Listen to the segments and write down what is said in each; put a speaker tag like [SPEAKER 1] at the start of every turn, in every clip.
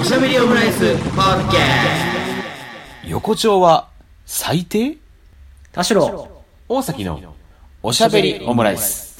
[SPEAKER 1] おしゃべりオムライスポッケ
[SPEAKER 2] 横丁は最低
[SPEAKER 3] 田代
[SPEAKER 2] 大崎のおしゃべりオムライス。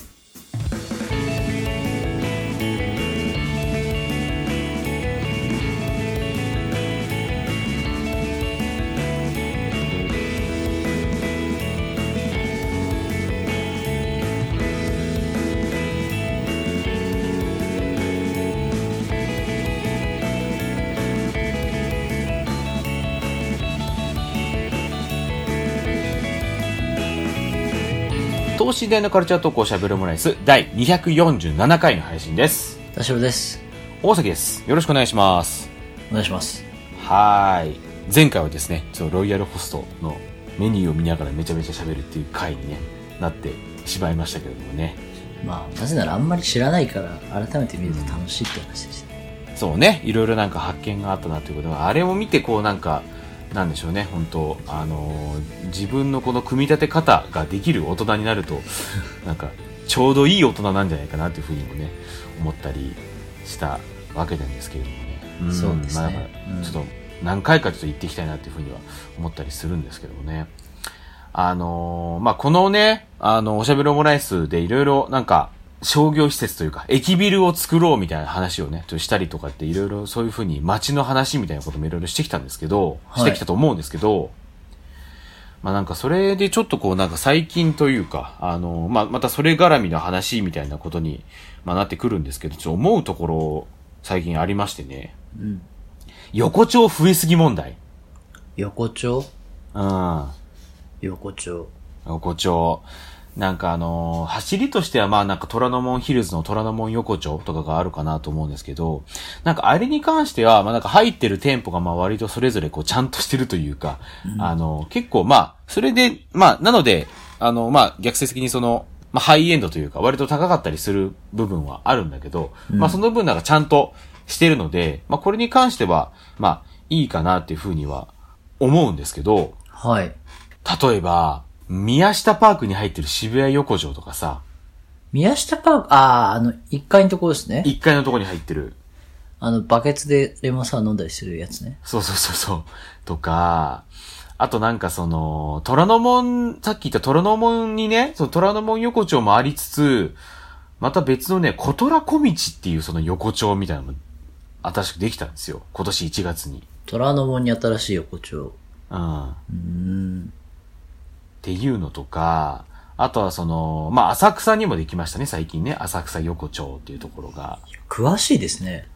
[SPEAKER 2] 等身大のカルチャートークおしゃべりオムライス第247回の配信です。
[SPEAKER 3] 田代です
[SPEAKER 2] 大崎です。よろしくお願いします。
[SPEAKER 3] お願いします
[SPEAKER 2] はーい。前回はですね、ちょっとロイヤルホストのメニューを見ながらめちゃめちゃ喋るっていう回に、ね、なってしまいましたけれどもね。
[SPEAKER 3] まあなぜならあんまり知らないから改めて見ると楽しいって話ですね
[SPEAKER 2] そうね、いろいろなんか発見があったなということが、あれを見てこうなんか、なんでしょうね、本当あのー自分のこの組み立て方ができる大人になる と、なんか、ちょうどいい大人なんじゃないかなというふうにもね、思ったりしたわけなんですけれどもね。ん
[SPEAKER 3] そうですね
[SPEAKER 2] まあだから
[SPEAKER 3] うん
[SPEAKER 2] ちょっと何回かちょっと行ってきたいなというふうには思ったりするんですけどもね。あのーまあ、このね、あの、おしゃべりオムライスでいろいろなんか、商業施設というか、駅ビルを作ろうみたいな話をね、ちょっとしたりとかっていろいろそういうふうに街の話みたいなこともいろいろしてきたんですけど、
[SPEAKER 3] はい
[SPEAKER 2] してきたと思うんですけど、まあなんかそれでちょっとこうなんか最近というか、あのー、まあまたそれ絡みの話みたいなことに、まあなってくるんですけど、ちょっと思うところ最近ありましてね、
[SPEAKER 3] うん
[SPEAKER 2] 横丁増えすぎ問題。
[SPEAKER 3] 横丁
[SPEAKER 2] うん。
[SPEAKER 3] 横丁
[SPEAKER 2] 横丁。なんかあのー走りとしてはまあなんか虎ノ門ヒルズの虎ノ門横丁とかがあるかなと思うんですけど、なんかあれに関しては、まあなんか入ってる店舗がまあ割とそれぞれこうちゃんとしてるというか、あのー結構まあ、それで、まあなので、あのーまあ逆説的にその、まあハイエンドというか割と高かったりする部分はあるんだけど、まあその分なんかちゃんとしてるので、まあこれに関しては、まあいいかなっていうふうには思うんですけど、
[SPEAKER 3] はい
[SPEAKER 2] 例えば、宮下パークに入ってる渋谷横丁とかさ、
[SPEAKER 3] 宮下パークあああの1階のところですね
[SPEAKER 2] 1階のとこに入ってる。
[SPEAKER 3] あのバケツでレモンサワー飲んだりするやつね
[SPEAKER 2] そうそうそうそう。とか、あとなんかその、虎ノ門、さっき言った虎ノ門にね、その虎ノ門横丁もありつつ、また別のね、小虎小道っていうその横丁みたいなのも、新しくできたんですよ。今年1月に。
[SPEAKER 3] 虎ノ門に新しい横丁
[SPEAKER 2] うん。っ
[SPEAKER 3] うーん
[SPEAKER 2] ていうのとか、あとはその、まあ、浅草にもできましたね、最近ね。浅草横丁っていうところが。
[SPEAKER 3] 詳しいですね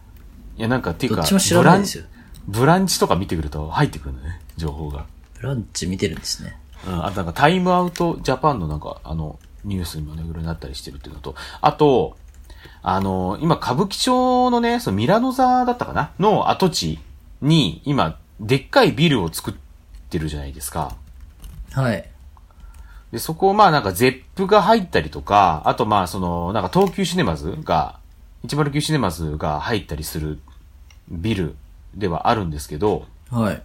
[SPEAKER 2] いや、なんか、っていう
[SPEAKER 3] ど
[SPEAKER 2] か、
[SPEAKER 3] っちも知らないですよ
[SPEAKER 2] ブランチとか見てくると入ってくるのね、情報が。
[SPEAKER 3] ブランチ見てるんですね
[SPEAKER 2] うん、あとなんかタイムアウトジャパンのなんか、あの、ニュースにもね、いろいろなったりしてるっていうのと、あと、あの、今、歌舞伎町のね、そのミラノ座だったかなの跡地に、今、でっかいビルを作ってるじゃないですか。
[SPEAKER 3] はい
[SPEAKER 2] で、そこをまあなんかゼップが入ったりとか、あとまあその、なんか東急シネマズが、109シネマズが入ったりするビルではあるんですけど、
[SPEAKER 3] はい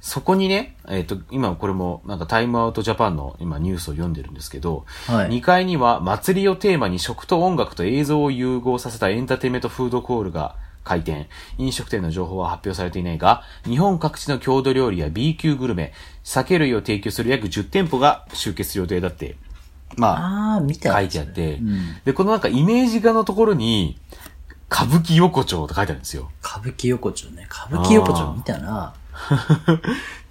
[SPEAKER 2] そこにね、えっ、と、今これもなんかタイムアウトジャパンの今ニュースを読んでるんですけど、
[SPEAKER 3] はい
[SPEAKER 2] 2階には祭りをテーマに食と音楽と映像を融合させたエンターテインメントフードコールが開店。飲食店の情報は発表されていないが、日本各地の郷土料理や B 級グルメ、酒類を提供する約10店舗が集結予定だって、まあ、
[SPEAKER 3] ああ見た
[SPEAKER 2] 書いてあって、
[SPEAKER 3] ん
[SPEAKER 2] で、このなんかイメージ画のところに、歌舞伎横丁と書いてあるんですよ。
[SPEAKER 3] 歌舞伎横丁ね。歌舞伎横丁見たな。
[SPEAKER 2] っ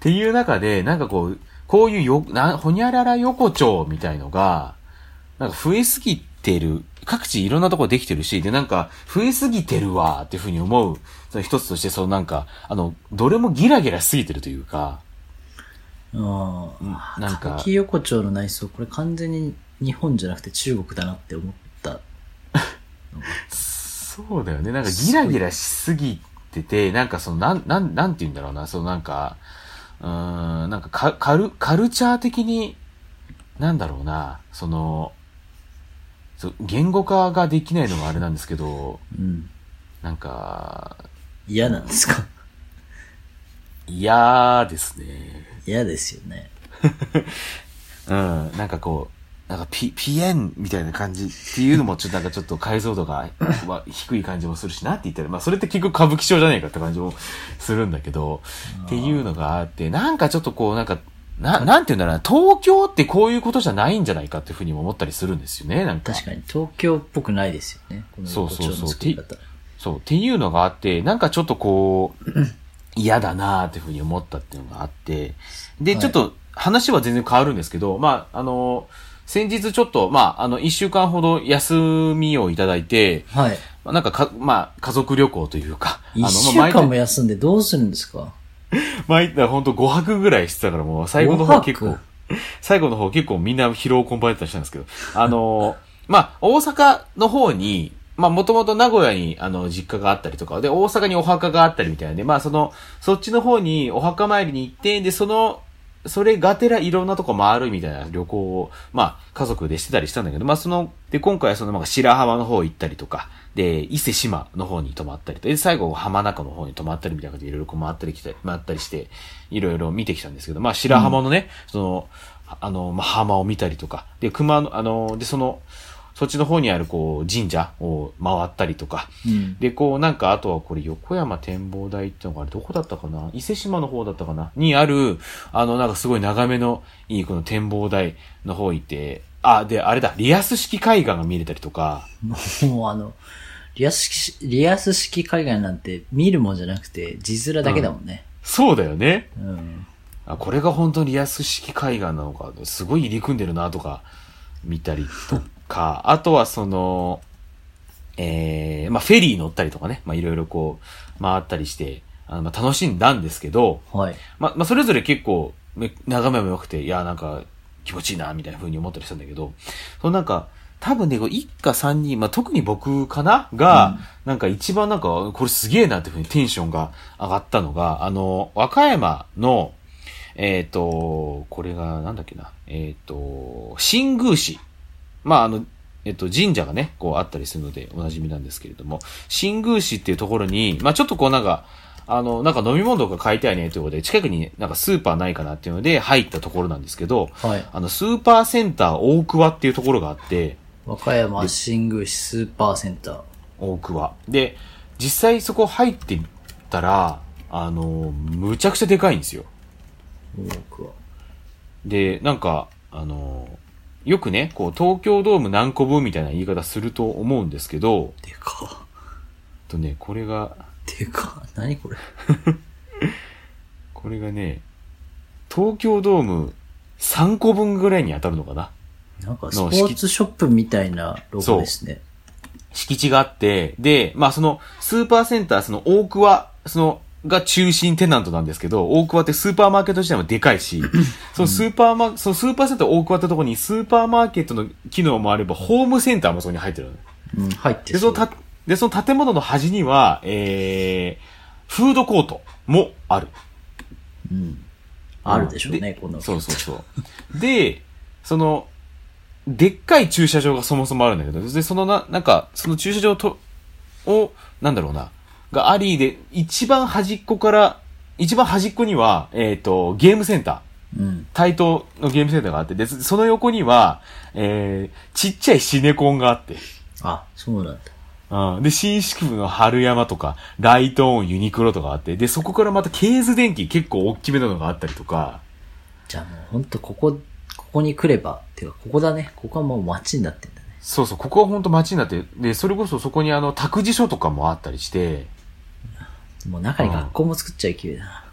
[SPEAKER 2] ていう中で、なんかこう、こういうよ、な、ほにゃらら横丁みたいのが、なんか増えすぎてる、各地いろんなとこできてるし、でなんか増えすぎてるわーっていうふうに思う、その一つとして、そのなんか、あの、どれもギラギラしすぎてるというか、
[SPEAKER 3] うん。
[SPEAKER 2] なんか
[SPEAKER 3] 歌舞伎横丁の内装、これ完全に日本じゃなくて中国だなって思った。
[SPEAKER 2] そうだよね。なんかギラギラしすぎてて、なんかその、なん、なん、なんて言うんだろうな、そのなんか、うーん、なんかカカル、カルチャー的に、なんだろうな、その、そう言語化ができないのもあれなんですけど、
[SPEAKER 3] うん。
[SPEAKER 2] なんか、
[SPEAKER 3] 嫌なんで すか
[SPEAKER 2] 嫌ですね。
[SPEAKER 3] 嫌ですよね。
[SPEAKER 2] うん、なんかこう、なんかピ、ピエンみたいな感じっていうのも、ちょっとなんかちょっと解像度が、は低い感じもするしなって言ったら、まあそれって結局歌舞伎町じゃねえかって感じもするんだけど、っていうのがあって、なんかちょっとこう、なんか、な、なんて言うんだろうな、東京ってこういうことじゃないんじゃないかっていうふうにも思ったりするんですよね、なんか。
[SPEAKER 3] 確かに、東京っぽくないですよね。この
[SPEAKER 2] そう
[SPEAKER 3] 横
[SPEAKER 2] そう
[SPEAKER 3] 丁
[SPEAKER 2] そう
[SPEAKER 3] の作り方。
[SPEAKER 2] そう、っていうのがあって、なんかちょっとこう、嫌だなーっていうふうに思ったっていうのがあって、で、
[SPEAKER 3] はい
[SPEAKER 2] ちょっと話は全然変わるんですけど、まあ、あの、先日ちょっと、まあ、あの、一週間ほど休みをいただいて、
[SPEAKER 3] はい。
[SPEAKER 2] まあなんかか、まあ、家族旅行というか、あの、ま
[SPEAKER 3] 一
[SPEAKER 2] あ
[SPEAKER 3] 週間も休んでどうするんですか
[SPEAKER 2] 毎回、本当5泊ぐらいしてたから、もう最後の
[SPEAKER 3] 五
[SPEAKER 2] 方
[SPEAKER 3] 泊
[SPEAKER 2] 結構、最後の方結構みんな疲労困憊だったりしたんですけど、あのー、 まあ、大阪の方に、まあ、もともと名古屋に、あの、実家があったりとか、で、大阪にお墓があったりみたいなんで、まあ、その、そっちの方にお墓参りに行って、で、その、それがてらいろんなとこ回るみたいな旅行を、まあ、家族でしてたりしたんだけど、まあ、その、で、今回はその、まあ、白浜の方行ったりとか、で、伊勢志摩の方に泊まったりと、で、最後、浜中の方に泊まったりみたいな感じで、いろいろこう回ったり来たり、回ったりして、いろいろ見てきたんですけど、まあ、白浜のね、その、あの、まあ、浜を見たりとか、で、熊の、あの、で、その、そっちの方にある、こう、神社を回ったりとか、
[SPEAKER 3] うん。
[SPEAKER 2] で、こう、なんか、あとはこれ、横山展望台ってのがあれ、どこだったかな伊勢島の方だったかなにある、あの、なんかすごい眺めのいい、この展望台の方行って、あ、で、あれだ、リアス式海岸が見れたりとか、
[SPEAKER 3] もうあの、リアス式、リアス式海外なんて見るもんじゃなくて、字面だけだもんね。
[SPEAKER 2] そうだよね。
[SPEAKER 3] うん。
[SPEAKER 2] あ、これが本当にリアス式海岸なのか、すごい入り組んでるな、とか、見たりとか、 あとはその、えー、まあ、フェリー乗ったりとかね、まあ、いろいろこう、回ったりして、あの、まあ、楽しんだんですけど、
[SPEAKER 3] はい。
[SPEAKER 2] ま、まあ、それぞれ結構、め眺めも良くて、いや、なんか、気持ちいいな、みたいな風に思ったりしたんだけど、そのなんか、多分ね、こう一家三人、まあ、特に僕かなが、なんか一番なんか、これすげえなっていう風にテンションが上がったのが、あの、和歌山の、えっ、と、これが、なんだっけな、えっ、と、新宮市。まあ、あの、えっと、神社がね、こうあったりするので、おなじみなんですけれども、新宮市っていうところに、まあちょっとこうなんか、あの、なんか飲み物が買いたいねということで、近くになんかスーパーないかなっていうので入ったところなんですけど、
[SPEAKER 3] はい。
[SPEAKER 2] あの、スーパーセンター大桑っていうところがあって、
[SPEAKER 3] 和歌山新宮市スーパーセンター。
[SPEAKER 2] 大桑。で、実際そこ入ってみたら、あの、むちゃくちゃでかいんですよ。
[SPEAKER 3] 僕は。
[SPEAKER 2] で、なんか、あの、よくね、こう、東京ドーム何個分みたいな言い方すると思うんですけど、
[SPEAKER 3] でか。
[SPEAKER 2] えっとね、これが、
[SPEAKER 3] でか。何これ。
[SPEAKER 2] これがね、東京ドーム3個分ぐらいに当たるのかな。
[SPEAKER 3] なんかスポーツショップみたいなロゴですね。
[SPEAKER 2] 敷地があって、で、まあその、スーパーセンター、その大桑、その、が中心テナントなんですけど、大桑ってスーパーマーケット自体もでかいし、そのスーパーマー、そのスーパーセンター大桑ってとこにスーパーマーケットの機能もあれば、ホームセンターもそこに入ってるのね。
[SPEAKER 3] うん、入って
[SPEAKER 2] で、そのた、で、その建物の端には、えー、フードコートもある。
[SPEAKER 3] うん。あるでしょうね、この。
[SPEAKER 2] そうそうそう。で、その、でっかい駐車場がそもそもあるんだけど、で、そのな、なんか、その駐車場と、を、なんだろうな、がありで、一番端っこから、一番端っこには、えっ、と、ゲームセンター。
[SPEAKER 3] うん。
[SPEAKER 2] 対等のゲームセンターがあって、で、その横には、えー、ちっちゃいシネコンがあって、
[SPEAKER 3] あ、そうなんだ。
[SPEAKER 2] うん。で、新宿部の春山とか、ライトオン、ユニクロとかあって、で、そこからまた、ケーズ電機結構大きめなのがあったりとか、
[SPEAKER 3] じゃあもうほんとここ、ここに来れば、てかここだね。ここはもう街になってんだね。
[SPEAKER 2] そうそう、ここは本当街になって、で、それこそそこにあの、託児所とかもあったりして、
[SPEAKER 3] もう中に学校も作っちゃいきれいだな。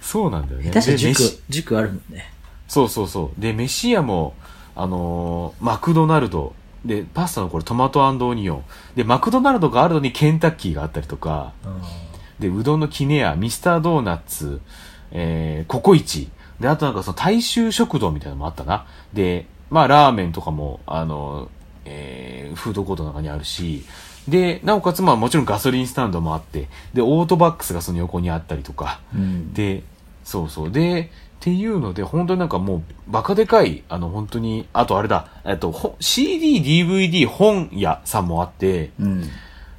[SPEAKER 2] そうなんだよね。
[SPEAKER 3] 下手したら
[SPEAKER 2] で
[SPEAKER 3] 塾
[SPEAKER 2] 飯、
[SPEAKER 3] 塾あるもんね。
[SPEAKER 2] そうそうそう。で、飯屋も、あのーマクドナルド、で、パスタのこれトマトオニオン。で、マクドナルドがあるのにケンタッキーがあったりとか、
[SPEAKER 3] うん。
[SPEAKER 2] で、うどんのキネア、ミスタードーナツ、えー、ココイチ。で、あとなんかその大衆食堂みたいなのもあったな。で、まあラーメンとかも、あの、えー、フードコートの中にあるし、で、なおかつまあもちろんガソリンスタンドもあって、で、オートバックスがその横にあったりとか、
[SPEAKER 3] うん。
[SPEAKER 2] で、そうそう。で、っていうので、本当になんかもう、バカでかい、あの、本当に、あとあれだ、えっと、ほ CD、DVD、本屋さんもあって、
[SPEAKER 3] うん。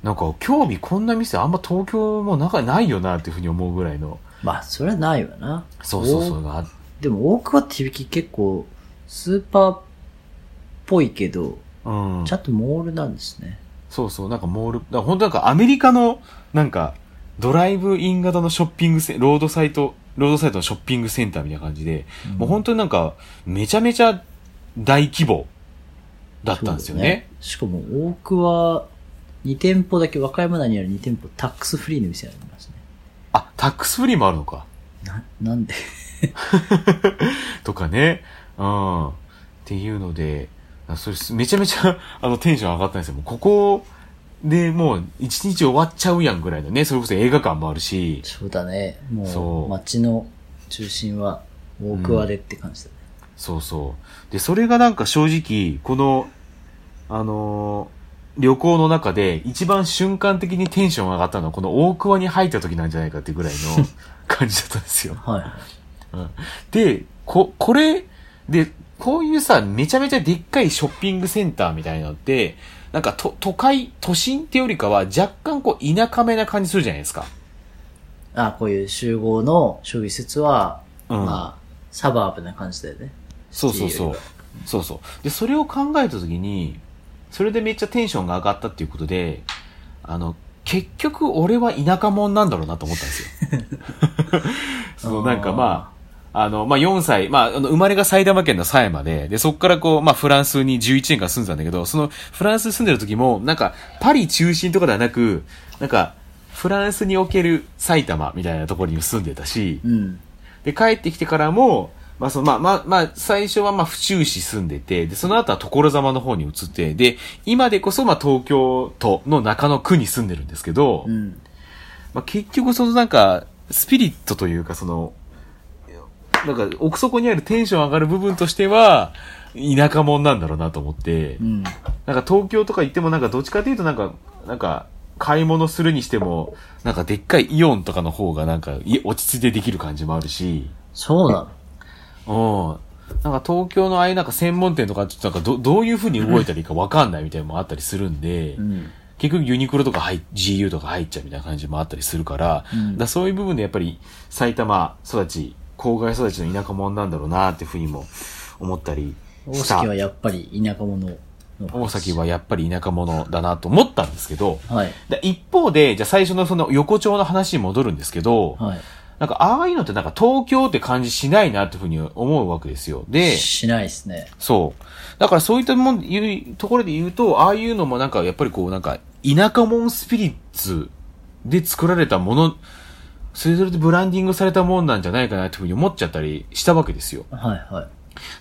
[SPEAKER 2] なんか、興味こんな店あんま東京も中ないよなっていうふうに思うぐらいの。
[SPEAKER 3] まあ、それはないわな。
[SPEAKER 2] そうそうそう
[SPEAKER 3] お。
[SPEAKER 2] があ
[SPEAKER 3] でも、大久保って響き結構、スーパーぽいけど、
[SPEAKER 2] うん
[SPEAKER 3] ちゃんとモールなんですね。
[SPEAKER 2] そうそう、なんかモール、だから本当なんかアメリカの、なんか、ドライブイン型のショッピングセン、ロードサイト、ロードサイトのショッピングセンターみたいな感じで、
[SPEAKER 3] うん
[SPEAKER 2] もう本当になんか、めちゃめちゃ大規模だったんですよ
[SPEAKER 3] そうだ
[SPEAKER 2] ね。
[SPEAKER 3] しかも、大久は2店舗だけ、和歌山内にある2店舗、タックスフリーの店ありますね。
[SPEAKER 2] あ、タックスフリーもあるのか。
[SPEAKER 3] な、なんで
[SPEAKER 2] とかね。うん。っていうので、あそれすめちゃめちゃ、 あの、テンション上がったんですよ。もうここでもう一日終わっちゃうやんぐらいのね、それこそ映画館もあるし、
[SPEAKER 3] そうだね。
[SPEAKER 2] そ
[SPEAKER 3] もう、
[SPEAKER 2] う
[SPEAKER 3] 街の中心は、大桑でって感じだね。
[SPEAKER 2] そうそう。で、それがなんか正直、この、あのー旅行の中で一番瞬間的にテンション上がったのはこの大桑に入った時なんじゃないかっていうぐらいの 感じだったんですよ。
[SPEAKER 3] はい。
[SPEAKER 2] で、こ、これ、で、こういうさ、めちゃめちゃでっかいショッピングセンターみたいなのって、なんかと、都会、都心ってよりかは若干こう田舎めな感じするじゃないですか。
[SPEAKER 3] あ、こういう集合の商業施設は、
[SPEAKER 2] うん
[SPEAKER 3] まあ、サバーブな感じだよね。
[SPEAKER 2] そうそうそう
[SPEAKER 3] シティより。
[SPEAKER 2] そうそう。で、それを考えたときに、それでめっちゃテンションが上がったっていうことで、あの、結局俺は田舎者なんだろうなと思ったんですよ。そう、なんかまあ、あの、まあ、4歳、まあ、あの、生まれが埼玉県の狭山で、で、そっからこう、まあ、フランスに11年間住んでたんだけど、その、フランスに住んでる時も、なんか、パリ中心とかではなく、なんか、フランスにおける埼玉みたいなところに住んでたし、
[SPEAKER 3] うん。
[SPEAKER 2] で、帰ってきてからも、まあ、その、まあ、まあ、まあ、最初はまあ、府中市住んでて、で、その後は所沢の方に移って、で、今でこそまあ、東京都の中野区に住んでるんですけど、
[SPEAKER 3] うん。
[SPEAKER 2] まあ、結局そのなんか、スピリットというか、その、なんか、奥底にあるテンション上がる部分としては、田舎者なんだろうなと思って、
[SPEAKER 3] うん。
[SPEAKER 2] なんか東京とか行ってもなんかどっちかというとなんか、なんか、買い物するにしても、なんかでっかいイオンとかの方がなんか、い落ち着いてできる感じもあるし、
[SPEAKER 3] そうな
[SPEAKER 2] うん。なんか東京のああいうなんか専門店とかちょっとなんかどどういう風に動いたらいいかわかんないみたいなのもあったりするんで、
[SPEAKER 3] の。うん。
[SPEAKER 2] 結局ユニクロとか入っ GU とか入っちゃうみたいな感じもあったりするから、
[SPEAKER 3] うん
[SPEAKER 2] だからそういう部分でやっぱり埼玉育ち、郊外育ちの田舎者なんだろうなっていう風にも思ったり
[SPEAKER 3] 大
[SPEAKER 2] した。
[SPEAKER 3] 崎はやっぱり田舎者の。
[SPEAKER 2] 大崎はやっぱり田舎者だなと思ったんですけど、
[SPEAKER 3] はい。
[SPEAKER 2] で一方で、じゃあ最初のその横丁の話に戻るんですけど、
[SPEAKER 3] はい。
[SPEAKER 2] なんかああいうのってなんか東京って感じしないなっていうふうに思うわけですよ。で、
[SPEAKER 3] しないですね。
[SPEAKER 2] そう。だからそういったもん、いうところで言うと、ああいうのもなんか、やっぱりこう、なんか、田舎もんスピリッツで作られたもの、それぞれでブランディングされたもんなんじゃないかなっていうふうに思っちゃったりしたわけですよ。
[SPEAKER 3] はいはい。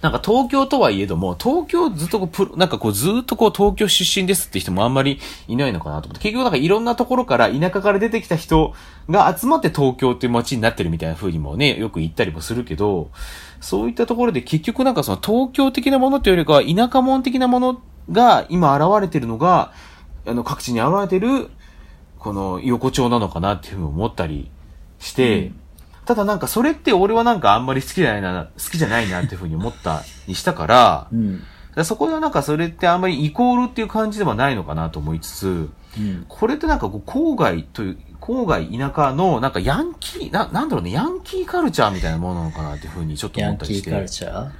[SPEAKER 2] なんか東京とはいえども、東京ずっとこうプロ、なんかこうずっとこう東京出身ですって人もあんまりいないのかなと思って、結局なんかいろんなところから田舎から出てきた人が集まって東京っていう街になってるみたいな風にもね、よく言ったりもするけど、そういったところで結局なんかその東京的なものというよりかは田舎者的なものが今現れてるのが、あの各地に現れてる、この横丁なのかなっていうふうに思ったりして、ただなんかそれって俺はなんかあんまり好きじゃないな、好きじゃないなっていうふうに思ったりしたから
[SPEAKER 3] う、ん。
[SPEAKER 2] だからそこではなんかそれってあんまりイコールっていう感じではないのかなと思いつつ、
[SPEAKER 3] うん。
[SPEAKER 2] これってなんかこう郊外という、郊外田舎のなんかヤンキー、な、なんだろうね、ヤンキーカルチャーみたいなものなのかなっていうふうにちょっと
[SPEAKER 3] ヤ
[SPEAKER 2] 思っ
[SPEAKER 3] ン
[SPEAKER 2] た
[SPEAKER 3] キ
[SPEAKER 2] りし
[SPEAKER 3] ー
[SPEAKER 2] て。
[SPEAKER 3] カルチャー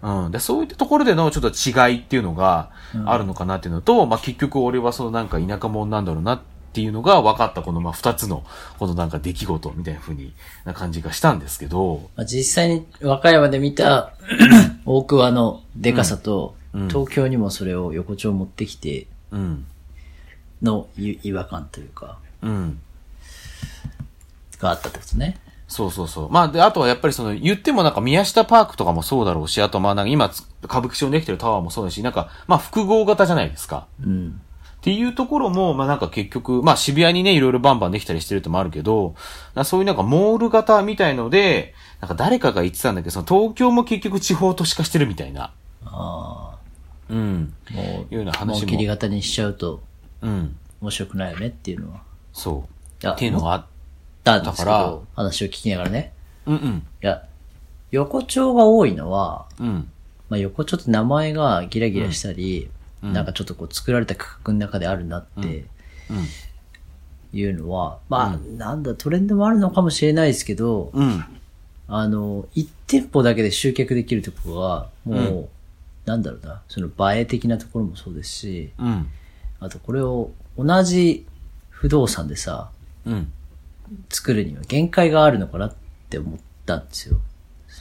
[SPEAKER 2] うん。で、そういったところでのちょっと違いっていうのが
[SPEAKER 3] うん
[SPEAKER 2] あるのかなっていうのと、まあ、結局俺はそのなんか田舎者なんだろうなっていうのが分かったこのまあ、二つのこのなんか出来事みたいな風にな感じがしたんですけど、
[SPEAKER 3] まあ、実際に和歌山で 見た大桑のデカさと、
[SPEAKER 2] うんうん
[SPEAKER 3] 東京にもそれを横丁持ってきて
[SPEAKER 2] うん。
[SPEAKER 3] のい違和感というか、
[SPEAKER 2] うん。
[SPEAKER 3] があったってことね。
[SPEAKER 2] そうそうそう。まあ、で、あとはやっぱりその、言ってもなんか宮下パークとかもそうだろうし、あとまあなんか今つ、歌舞伎町にできてるタワーもそうだし、なんか、まあ複合型じゃないですか。
[SPEAKER 3] うん。
[SPEAKER 2] っていうところも、まあなんか結局、まあ渋谷にね、いろいろバンバンできたりしてるともあるけど、なそういうなんかモール型みたいので、なんか誰かが言ってたんだけど、その東京も結局地方都市化してるみたいな。
[SPEAKER 3] あ
[SPEAKER 2] うん。
[SPEAKER 3] あ、も
[SPEAKER 2] いうような
[SPEAKER 3] う、
[SPEAKER 2] 話も
[SPEAKER 3] もう切り型にしちゃうと
[SPEAKER 2] うん。
[SPEAKER 3] 面白くないよねっていうのは。
[SPEAKER 2] そう。
[SPEAKER 3] あ
[SPEAKER 2] っていうのがあ、
[SPEAKER 3] だんですけ
[SPEAKER 2] だから
[SPEAKER 3] ど、話を聞きながらね。
[SPEAKER 2] うんうん。
[SPEAKER 3] いや、横丁が多いのは、
[SPEAKER 2] うん。
[SPEAKER 3] まあ、横丁って名前がギラギラしたり、
[SPEAKER 2] うんうん
[SPEAKER 3] なんかちょっとこう作られた区画の中であるなっていうのは、まあ、なんだ、トレンドもあるのかもしれないですけど、
[SPEAKER 2] うん。
[SPEAKER 3] あの、1店舗だけで集客できるとこが、もう、なんだろうな、その映え的なところもそうですし、
[SPEAKER 2] うん。
[SPEAKER 3] あとこれを同じ不動産でさ、
[SPEAKER 2] うん。
[SPEAKER 3] 作るには限界があるのかなって思ったんですよ。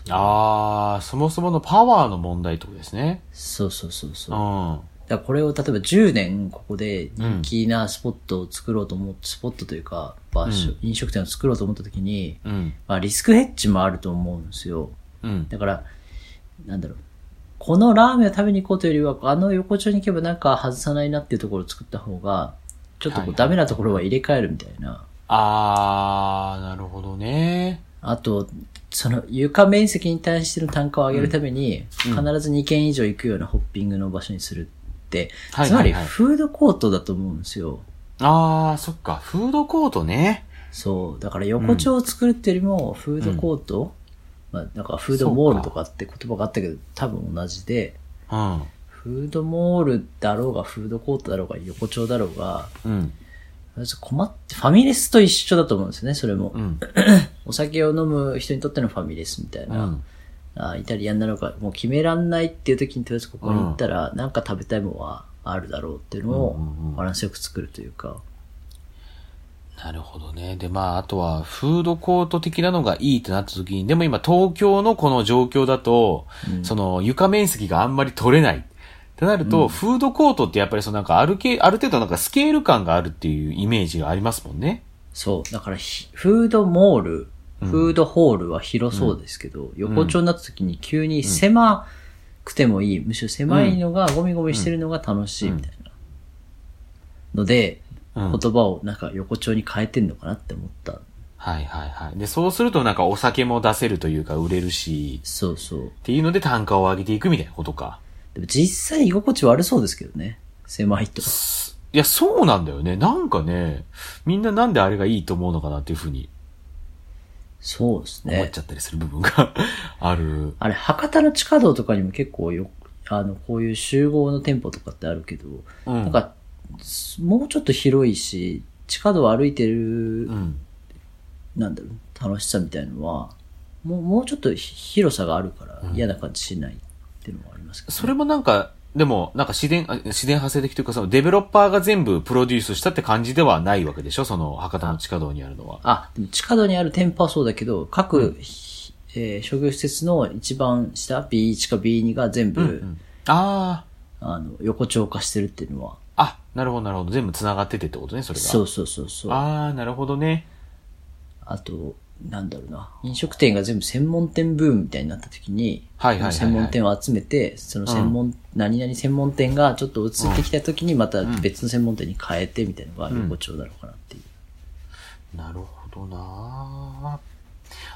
[SPEAKER 2] あー、そもそものパワーの問題ってことですね。
[SPEAKER 3] そうそうそうそ
[SPEAKER 2] ん。
[SPEAKER 3] うう。だか
[SPEAKER 2] は
[SPEAKER 3] らこれを例えば10年ここで人気なスポットを作ろうと思う、スポットというか場所、飲食店を作ろうと思った時に、
[SPEAKER 2] うん
[SPEAKER 3] まあリスクヘッジもあると思うんですよ。
[SPEAKER 2] うん。
[SPEAKER 3] だから、なんだろう。このラーメンを食べに行こうというよりは、あの横丁に行けばなんか外さないなっていうところを作った方が、ちょっと
[SPEAKER 2] はい
[SPEAKER 3] こ
[SPEAKER 2] は
[SPEAKER 3] う
[SPEAKER 2] い
[SPEAKER 3] ダメなところは入れ替えるみたいな。
[SPEAKER 2] あー、なるほどね。
[SPEAKER 3] あと、その床面積に対しての単価を上げるために、必ず2軒以上行くようなホッピングの場所にするって、
[SPEAKER 2] はい
[SPEAKER 3] つ
[SPEAKER 2] は
[SPEAKER 3] ま
[SPEAKER 2] い
[SPEAKER 3] り
[SPEAKER 2] はい
[SPEAKER 3] フードコートだと思うんですよ。
[SPEAKER 2] あー、そっか。フードコートね。
[SPEAKER 3] そう。だから横丁を作るっていうよりも、フードコート、まあ、なんかフードモールとかって言葉があったけど、多分同じで、
[SPEAKER 2] うん。
[SPEAKER 3] フードモールだろうが、フードコートだろうが、横丁だろうが、
[SPEAKER 2] うん。
[SPEAKER 3] 困って、ファミレスと一緒だと思うんですよね、それも。
[SPEAKER 2] うん。
[SPEAKER 3] お酒を飲む人にとってのファミレスみたいうな。
[SPEAKER 2] ん。
[SPEAKER 3] あイタリアンなのか、もう決めらんないっていう時にとりあえずここに行ったら、なんか食べたいものはあるだろうっていうの
[SPEAKER 2] うんうんう
[SPEAKER 3] を
[SPEAKER 2] ん
[SPEAKER 3] バランスよく作るというか。
[SPEAKER 2] なるほどね。で、まあ、あとは、フードコート的なのがいいってなった時に、でも今、東京のこの状況だと、その、床面積があんまり取れない。ってなると、フードコートってやっぱりそのなんかあるけ、ある程度なんかスケール感があるっていうイメージがありますもんね。
[SPEAKER 3] そう。だからひ、フードモール、フードホールは広そうですけど、横丁になった時に急に狭くてもいい。むしろ狭いのが、ゴミゴミしてるのが楽しいみたいな。ので、
[SPEAKER 2] うん
[SPEAKER 3] 言葉をなんか横丁に変えてんのかなって思った。
[SPEAKER 2] はいはいはい。で、そうするとなんかお酒も出せるというか売れるし、
[SPEAKER 3] そうそう。
[SPEAKER 2] っていうので単価を上げていくみたいなことか。
[SPEAKER 3] でも実際居心地悪そうですけどね。狭いと。
[SPEAKER 2] いや、そうなんだよね。なんかね、みんななんであれがいいと思うのかなっていうふうに
[SPEAKER 3] そうです
[SPEAKER 2] 思っ
[SPEAKER 3] ね
[SPEAKER 2] ち。ゃったりする部分が ある。
[SPEAKER 3] あれ、博多の地下道とかにも結構よ、あの、こういう集合の店舗とかってあるけど、
[SPEAKER 2] う
[SPEAKER 3] なん
[SPEAKER 2] ん。
[SPEAKER 3] か、すもうちょっと広いし、地下道を歩いてる
[SPEAKER 2] う、ん。
[SPEAKER 3] なんだろう、楽しさみたいのは、もう、もうちょっとひ広さがあるから嫌な感じしないっていうのもありますけど、
[SPEAKER 2] それもなんか、でも、なんか自然、あ自然派生的というか、そのデベロッパーが全部プロデュースしたって感じではないわけでしょその博多の地下道にあるのは。
[SPEAKER 3] あ、でも地下道にある店舗はそうだけど、各、ひえー商業施設の一番下、B1 か B2 が全部、
[SPEAKER 2] あ
[SPEAKER 3] あの、横丁化してるっていうのは、
[SPEAKER 2] あ、あ、なるほどなるほど。全部繋がっててってことね、それが。
[SPEAKER 3] そうそうそうそう。
[SPEAKER 2] ああ、なるほどね。
[SPEAKER 3] あと、なんだろうな、飲食店が全部専門店ブームみたいになった時に、
[SPEAKER 2] はいはいはいはい
[SPEAKER 3] その専門店を集めて、その専門、何々専門店がちょっと移ってきた時に、また別の専門店に変えてみたいなのが横丁なのかなっていう。
[SPEAKER 2] なるほどな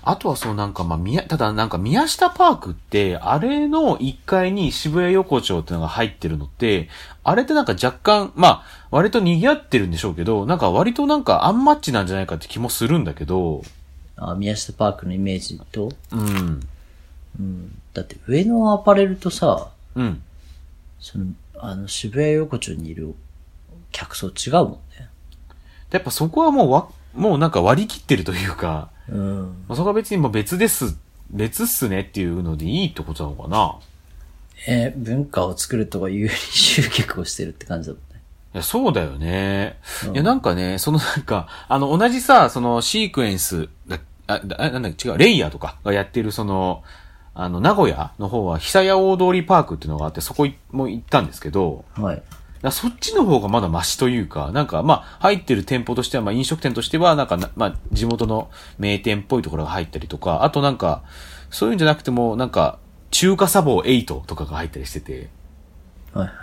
[SPEAKER 2] あとはそうなんかまあ、宮、ただなんか宮下パークって、あれの1階に渋谷横丁ってのが入ってるのって、あれってなんか若干、まあ、割と賑わってるんでしょうけど、なんか割となんかアンマッチなんじゃないかって気もするんだけど、
[SPEAKER 3] あ宮下パークのイメージと、
[SPEAKER 2] うん。
[SPEAKER 3] だって上のアパレルとさ、
[SPEAKER 2] うん。
[SPEAKER 3] その、あの渋谷横丁にいる客層違うもんね。
[SPEAKER 2] やっぱそこはもうわ、もうなんか割り切ってるというか、
[SPEAKER 3] うん。
[SPEAKER 2] まあ、そこは別にもう別です、別っすねっていうのでいいってことなのかな
[SPEAKER 3] えー文化を作るとか有利集客をしてるって感じだもんね。
[SPEAKER 2] いや、そうだよね。いや、なんかね、その なんか、あの、同じさ、その、シークエンスだ、あ、だあなんだっけ違う、レイヤーとかがやってる、その、あの、名古屋の方は、久屋大通りパークっていうのがあって、そこいも行ったんですけど、
[SPEAKER 3] はい。
[SPEAKER 2] だからそっちの方がまだマシというか、なんか、まあ、入ってる店舗としては、まあ、飲食店としては、なんかな、まあ、地元の名店っぽいところが入ったりとか、あとなんか、そういうんじゃなくても、なんか、中華砂防8とかが入ったりしてて、
[SPEAKER 3] はいはい。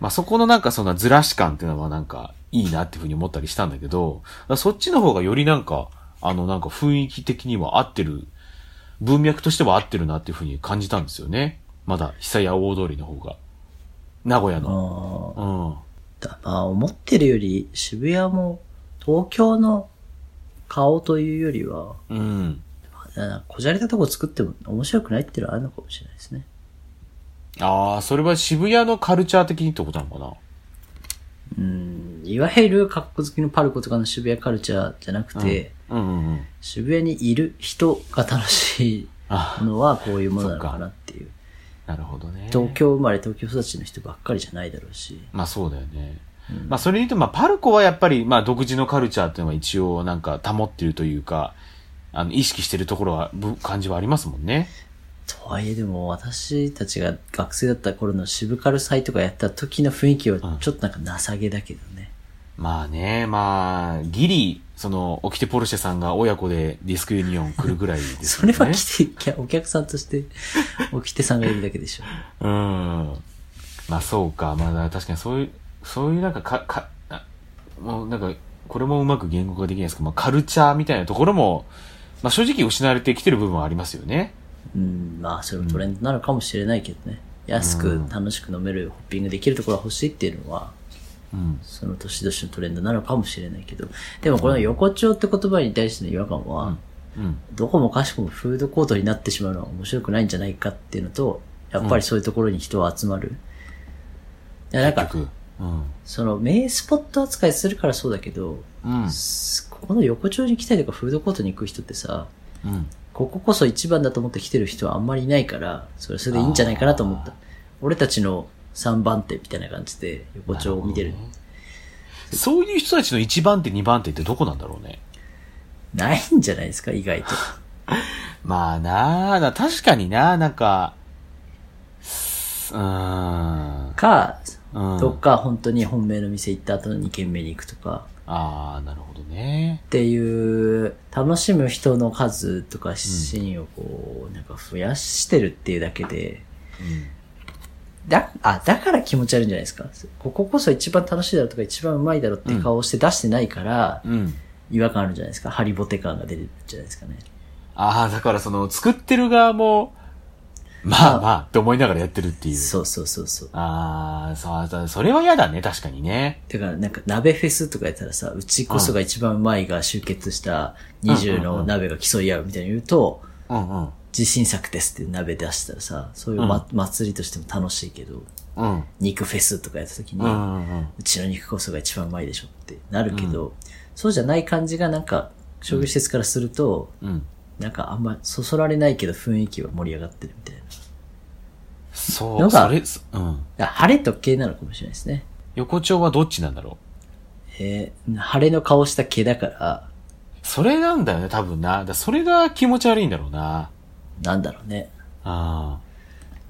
[SPEAKER 2] まあ、そこのなんかそんなずらし感っていうのはなんかいいなっていうふうに思ったりしたんだけど、だからそっちの方がよりなんか、あのなんか雰囲気的には合ってる、文脈としては合ってるなっていうふうに感じたんですよね。まだ久屋大通りの方が。名古屋
[SPEAKER 3] あ
[SPEAKER 2] の。
[SPEAKER 3] ー
[SPEAKER 2] うん。
[SPEAKER 3] だまあ、思ってるより渋谷も東京の顔というよりは、
[SPEAKER 2] うん。
[SPEAKER 3] あこじゃれたとこ作っても面白くないっていうのはあるのかもしれないですね。
[SPEAKER 2] ああ、それは渋谷のカルチャー的にってことなのかな。
[SPEAKER 3] いわゆる格好好きのパルコとかの渋谷カルチャーじゃなくて、
[SPEAKER 2] うんうんうん。
[SPEAKER 3] 渋谷にいる人が楽しい
[SPEAKER 2] あ
[SPEAKER 3] のはこういうものなのかなっていう。
[SPEAKER 2] なるほどね。
[SPEAKER 3] 東京生まれ、東京育ちの人ばっかりじゃないだろうし。
[SPEAKER 2] まあそうだよね。まあそれに言うと、まあパルコはやっぱり、まあ独自のカルチャーっていうのは一応なんか保ってるというか、あの、意識してるところは、ぶ感じはありますもんね。
[SPEAKER 3] とはいえでも私たちが学生だった頃の渋カル祭とかやった時の雰囲気はちょっとなんか情けだけどね。
[SPEAKER 2] まあね、まあ、ギリ、その、オキテポルシェさんが親子でディスクユニオン来るぐらいですよね。
[SPEAKER 3] それは来て、お客さん として、おきてさんがいるだけでしょ。
[SPEAKER 2] うん。まあそうか。まあだから確かにそういう、そういうなんかか、か、あもうなんか、これもうまく言語化できないですけど、まあカルチャーみたいなところも、まあ正直失われてきてる部分はありますよね。
[SPEAKER 3] うん、まあそれもトレンドなのかもしれないけどね。安く楽しく飲める、ホッピングできるところが欲しいっていうのは、
[SPEAKER 2] うん。
[SPEAKER 3] その年々のトレンドなのかもしれないけど、でもこの横丁って言葉に対しての違和感は、
[SPEAKER 2] うん。
[SPEAKER 3] どこもかしこもフードコートになってしまうのは面白くないんじゃないかっていうのと、やっぱりそういうところに人は集まる。いやなんか
[SPEAKER 2] 結、局。うん。
[SPEAKER 3] その名スポット扱いするからそうだけど、
[SPEAKER 2] うん。
[SPEAKER 3] すここの横丁に来たりとかフードコートに行く人ってさ、
[SPEAKER 2] うん。
[SPEAKER 3] こここそ一番だと思って来てる人はあんまりいないから、それそれでいいんじゃないかなと思った。俺たちの3番手みたいな感じで横丁を見てる。
[SPEAKER 2] そういう人たちの1番手、2番手ってどこなんだろうね。
[SPEAKER 3] ないんじゃないですか、意外と。
[SPEAKER 2] まあなあ、な確かにななんか、すうーん。うん。
[SPEAKER 3] か、
[SPEAKER 2] あ
[SPEAKER 3] どっか本当に本命の店行った後の2軒目に行くとか。
[SPEAKER 2] あー、なるほどね
[SPEAKER 3] っ。ていう、楽しむ人の数とかシーンをこう、なんか増やしてるっていうだけで、
[SPEAKER 2] うん。
[SPEAKER 3] だ、あ、だから気持ち悪いんじゃないですか。こここそ一番楽しいだろうとか一番うまいだろうって顔をして出してないから、
[SPEAKER 2] うん。
[SPEAKER 3] 違和感あるんじゃないですか。ハリボテ感が出るんじゃないですかね。
[SPEAKER 2] ああ、だからその、作ってる側も、まあまあ、って思いながらやってるっていう。
[SPEAKER 3] そうそうそうそう。
[SPEAKER 2] ああ、そうだ、それは嫌だね、確かにね。
[SPEAKER 3] だからなんか鍋フェスとかやったらさ、うちこそが一番うまいが集結した20の鍋が競い合うみたいに言うと、
[SPEAKER 2] うんうん。
[SPEAKER 3] 自信作ですって鍋出したらさ、そういうま、祭りとしても楽しいけど、
[SPEAKER 2] うん。
[SPEAKER 3] 肉フェスとかやった時に、
[SPEAKER 2] うんうんうん。
[SPEAKER 3] うちの肉こそが一番うまいでしょってなるけど、そうじゃない感じがなんか、商業施設からすると、
[SPEAKER 2] うん。
[SPEAKER 3] なんかあんまそそられないけど雰囲気は盛り上がってるみたい
[SPEAKER 2] そ
[SPEAKER 3] な
[SPEAKER 2] う、
[SPEAKER 3] んか
[SPEAKER 2] それ、そうん。
[SPEAKER 3] な。あ晴れと系なのかもしれないですね。
[SPEAKER 2] 横丁はどっちなんだろう。
[SPEAKER 3] えー晴れの顔した毛だから、
[SPEAKER 2] それなんだよね、多分な。だそれが気持ち悪いんだろうな。
[SPEAKER 3] なんだろうね。
[SPEAKER 2] あ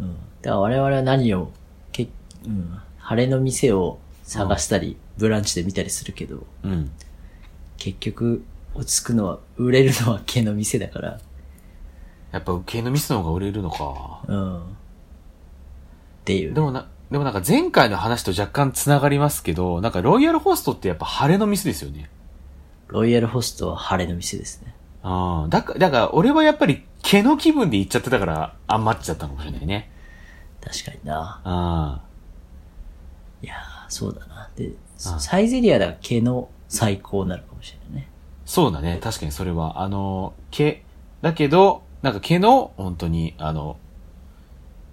[SPEAKER 3] うん。だから我々は何を、けうん、晴れの店を探したり、ブランチで見たりするけど、
[SPEAKER 2] あ。うん。
[SPEAKER 3] 結局、落ち着くのは、売れるのは毛の店だから、
[SPEAKER 2] やっぱ、受けのミスの方が売れるのか。
[SPEAKER 3] うん。っていう。
[SPEAKER 2] でもな、でもなんか前回の話と若干つながりますけど、なんかロイヤルホストってやっぱ晴れのミスですよね。
[SPEAKER 3] ロイヤルホストは晴れの店ですね。
[SPEAKER 2] ああ、だから、だから俺はやっぱり毛の気分で行っちゃってたから余っちゃったのかもしれないね。
[SPEAKER 3] 確かにな。
[SPEAKER 2] あ
[SPEAKER 3] いやー、そうだな。で、サイゼリアだから毛の最高なのかもしれないね。
[SPEAKER 2] あ、そうだね。確かにそれは。あの、毛、だけど、なんか毛の、本当に、あの、